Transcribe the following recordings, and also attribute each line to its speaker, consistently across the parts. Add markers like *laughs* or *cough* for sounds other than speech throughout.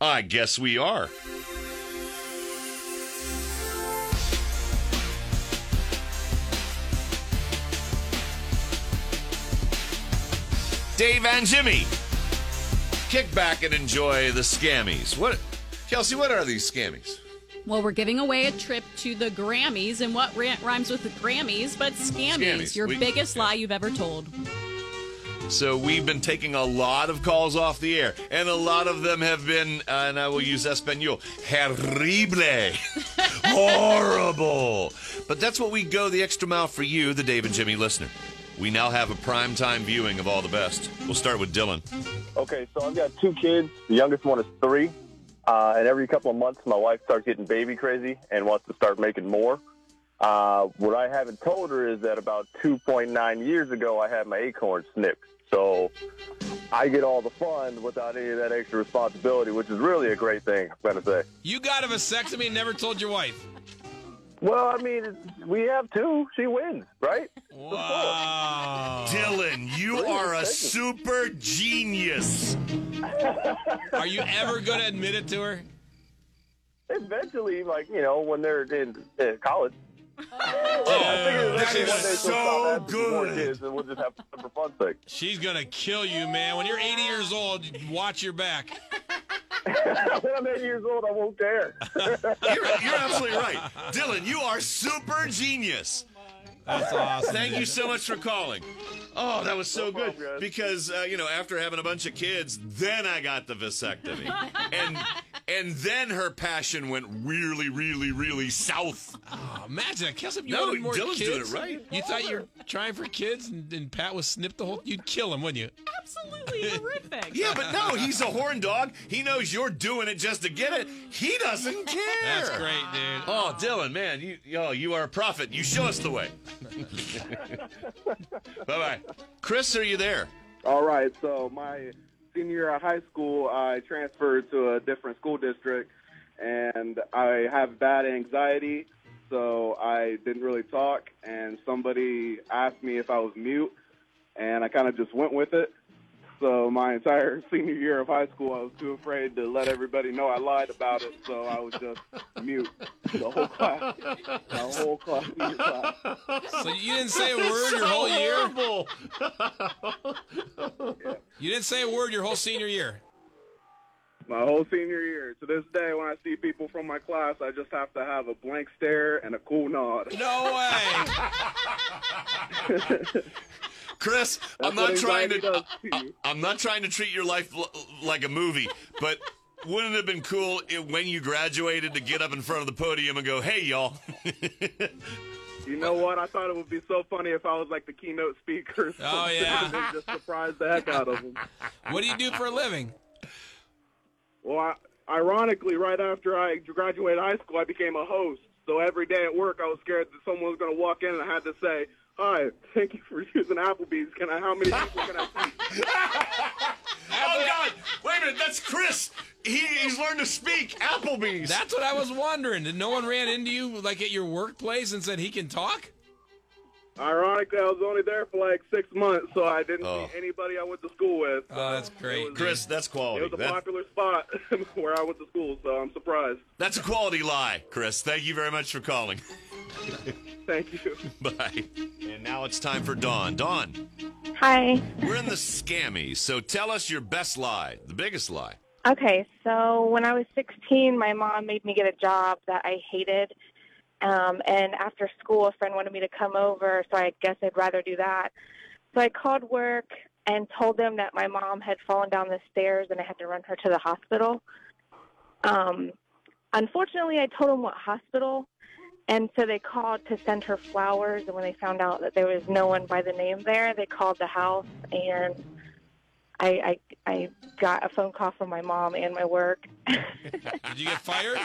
Speaker 1: I guess we are. Dave and Jimmy, kick back and enjoy the scammies. What, Kelsey? What are these scammies?
Speaker 2: Well, we're giving away a trip to the Grammys, and what ra- rhymes with the Grammys but scammies?
Speaker 1: Scammies.
Speaker 2: Your
Speaker 1: We-
Speaker 2: biggest
Speaker 1: yeah.
Speaker 2: lie you've ever told.
Speaker 1: So we've been taking a lot of calls off the air, and a lot of them have been, uh, and I will use Espanol, horrible, *laughs* horrible. But that's what we go the extra mile for you, the Dave and Jimmy listener. We now have a prime time viewing of all the best. We'll start with Dylan.
Speaker 3: Okay, so I've got two kids. The youngest one is three, uh, and every couple of months, my wife starts getting baby crazy and wants to start making more. Uh, what I haven't told her is that about 2.9 years ago, I had my acorn snipped. So I get all the fun without any of that extra responsibility, which is really a great thing. I'm gonna say.
Speaker 4: You got a vasectomy and never told your wife.
Speaker 3: Well, I mean, it's, we have two. She wins, right?
Speaker 4: Wow.
Speaker 1: Dylan, you are a super genius.
Speaker 4: *laughs* Are you ever going to admit it to her?
Speaker 3: Eventually, like you know, when they're in, in college.
Speaker 1: Oh. That
Speaker 3: One day she'll
Speaker 1: is
Speaker 3: stop
Speaker 1: so
Speaker 3: asking for more
Speaker 1: good.
Speaker 3: kids, and we'll just have fun for fun's sake. *laughs*
Speaker 4: She's going to kill you, man. When you're 80 years old, watch your back.
Speaker 3: when I'm eight years old, I won't dare.
Speaker 1: You're, you're absolutely right. Dylan, you are super genius.
Speaker 4: That's awesome.
Speaker 1: Thank you so much for calling. Oh, that was so
Speaker 3: problem,
Speaker 1: good.
Speaker 3: guys.
Speaker 1: Because uh, you know, after having a bunch of kids, then I got the
Speaker 4: *laughs*
Speaker 1: vasectomy, and and then her passion went really, really, really south.
Speaker 4: Oh, imagine, Kelsey, if you
Speaker 1: No,
Speaker 4: wanted more
Speaker 1: Dylan's doing
Speaker 4: kids,
Speaker 1: it right.
Speaker 4: You thought you were trying for kids and, and Pat was snipped the whole. You'd kill him, wouldn't you?
Speaker 2: *laughs* Absolutely horrific.
Speaker 1: Yeah, but no, he's a horn dog. He knows you're doing it just to get it. He doesn't care.
Speaker 4: That's great, *laughs* dude.
Speaker 1: Oh, Dylan, man, you oh, you are a prophet. You show us the
Speaker 5: *laughs*
Speaker 1: way. bye bye, Chris. Are you there?
Speaker 5: All right. So my senior year of high school, I transferred to a different school district, and I have bad anxiety, so I didn't really talk. And somebody asked me if I was mute, and I kind of just went with it. So my entire *laughs* senior year of high school, I was too afraid to let everybody know I lied about it, so I was just mute the whole class, the whole class, senior class.
Speaker 4: So you didn't say a word your whole year.
Speaker 1: Horrible.
Speaker 4: You didn't say a word your whole senior year.
Speaker 5: My whole senior year. To this day, when I see people from my class, I just have to have a blank stare and a cool nod.
Speaker 4: No way.
Speaker 1: Chris, I'm
Speaker 5: what
Speaker 1: not trying to. *laughs*
Speaker 5: anxiety does to you.
Speaker 1: I, am not trying to treat your life l- like a movie, but wouldn't it have been cool if, when you graduated to get up in front of the podium and go, "Hey, y'all"? *laughs*
Speaker 5: You know what? I thought it would be so funny if I was like the keynote speaker.
Speaker 4: Oh, yeah.
Speaker 1: *laughs*
Speaker 5: They just surprise the heck out of them.
Speaker 4: What do you do for a living?
Speaker 5: Well, I, ironically, right after I graduated high school, I became a host. So every day at work, I was scared that someone was going to walk in and I had to say, "Hi, thank you for *laughs* using Applebee's. Can I? How many people can I?"
Speaker 1: *laughs*
Speaker 5: Feed?
Speaker 1: oh God! Wait a minute, that's Chris. He, he's learned to speak. Applebee's.
Speaker 4: That's what I was wondering. Did no one ran into you like at your workplace and said he can talk?
Speaker 5: Ironically, I was only there for like six months, so I didn't
Speaker 1: Oh.
Speaker 5: see anybody I went to school with.
Speaker 4: Oh, that's great.
Speaker 1: Chris, that's
Speaker 5: It
Speaker 1: quality.
Speaker 5: was a
Speaker 1: That-
Speaker 5: popular spot *laughs* where I went to school, so I'm surprised.
Speaker 1: that's a quality lie, Chris. Thank you very much for calling. *laughs*
Speaker 5: Thank you.
Speaker 1: Bye. And now it's time for Dawn. Dawn,
Speaker 6: Hi.
Speaker 1: we're in the scammies, so tell us your best lie, the biggest lie.
Speaker 6: Okay, so when I was 16, my mom made me get a job that I hated. Um, and after school, a friend wanted me to come over, so I guess I'd rather do that. So I called work and told them that my mom had fallen down the stairs and I had to run her to the hospital. Um, unfortunately, I told them what hospital, and so they called to send her flowers. And when they found out that there was no one by the name there, they called the house and I, I I got a phone call from my mom and my work.
Speaker 4: Did you get *laughs* fired?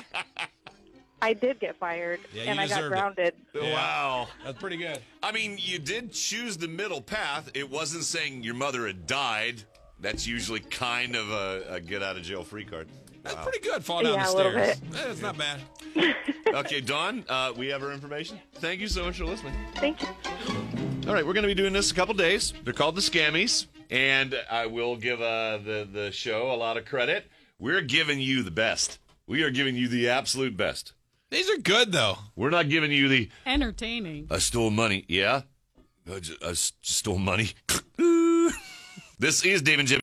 Speaker 6: I did get fired,
Speaker 4: Yeah, you
Speaker 6: and I got
Speaker 4: deserved it.
Speaker 6: grounded.
Speaker 4: Yeah.
Speaker 1: Wow.
Speaker 4: That's pretty good.
Speaker 1: I mean, you did choose the middle path. It wasn't saying your mother had died. That's usually kind of a, a get out of jail free card.
Speaker 4: That's pretty good. Fall down
Speaker 6: Yeah,
Speaker 4: the
Speaker 6: a little
Speaker 4: stairs. Eh, That's not bad.
Speaker 1: Okay, Dawn, uh, we have her information. Thank you so much for listening.
Speaker 6: Thank you.
Speaker 1: All right, we're going to be doing this a couple days. They're called the Scammies, and I will give uh, the the show a lot of credit. We're giving you the best. We are giving you the absolute best.
Speaker 4: These are good though.
Speaker 1: We're not giving you the
Speaker 2: Entertaining.
Speaker 1: I stole money. Yeah, I, ju- I s- stole money. *laughs* this is Dave and Jim.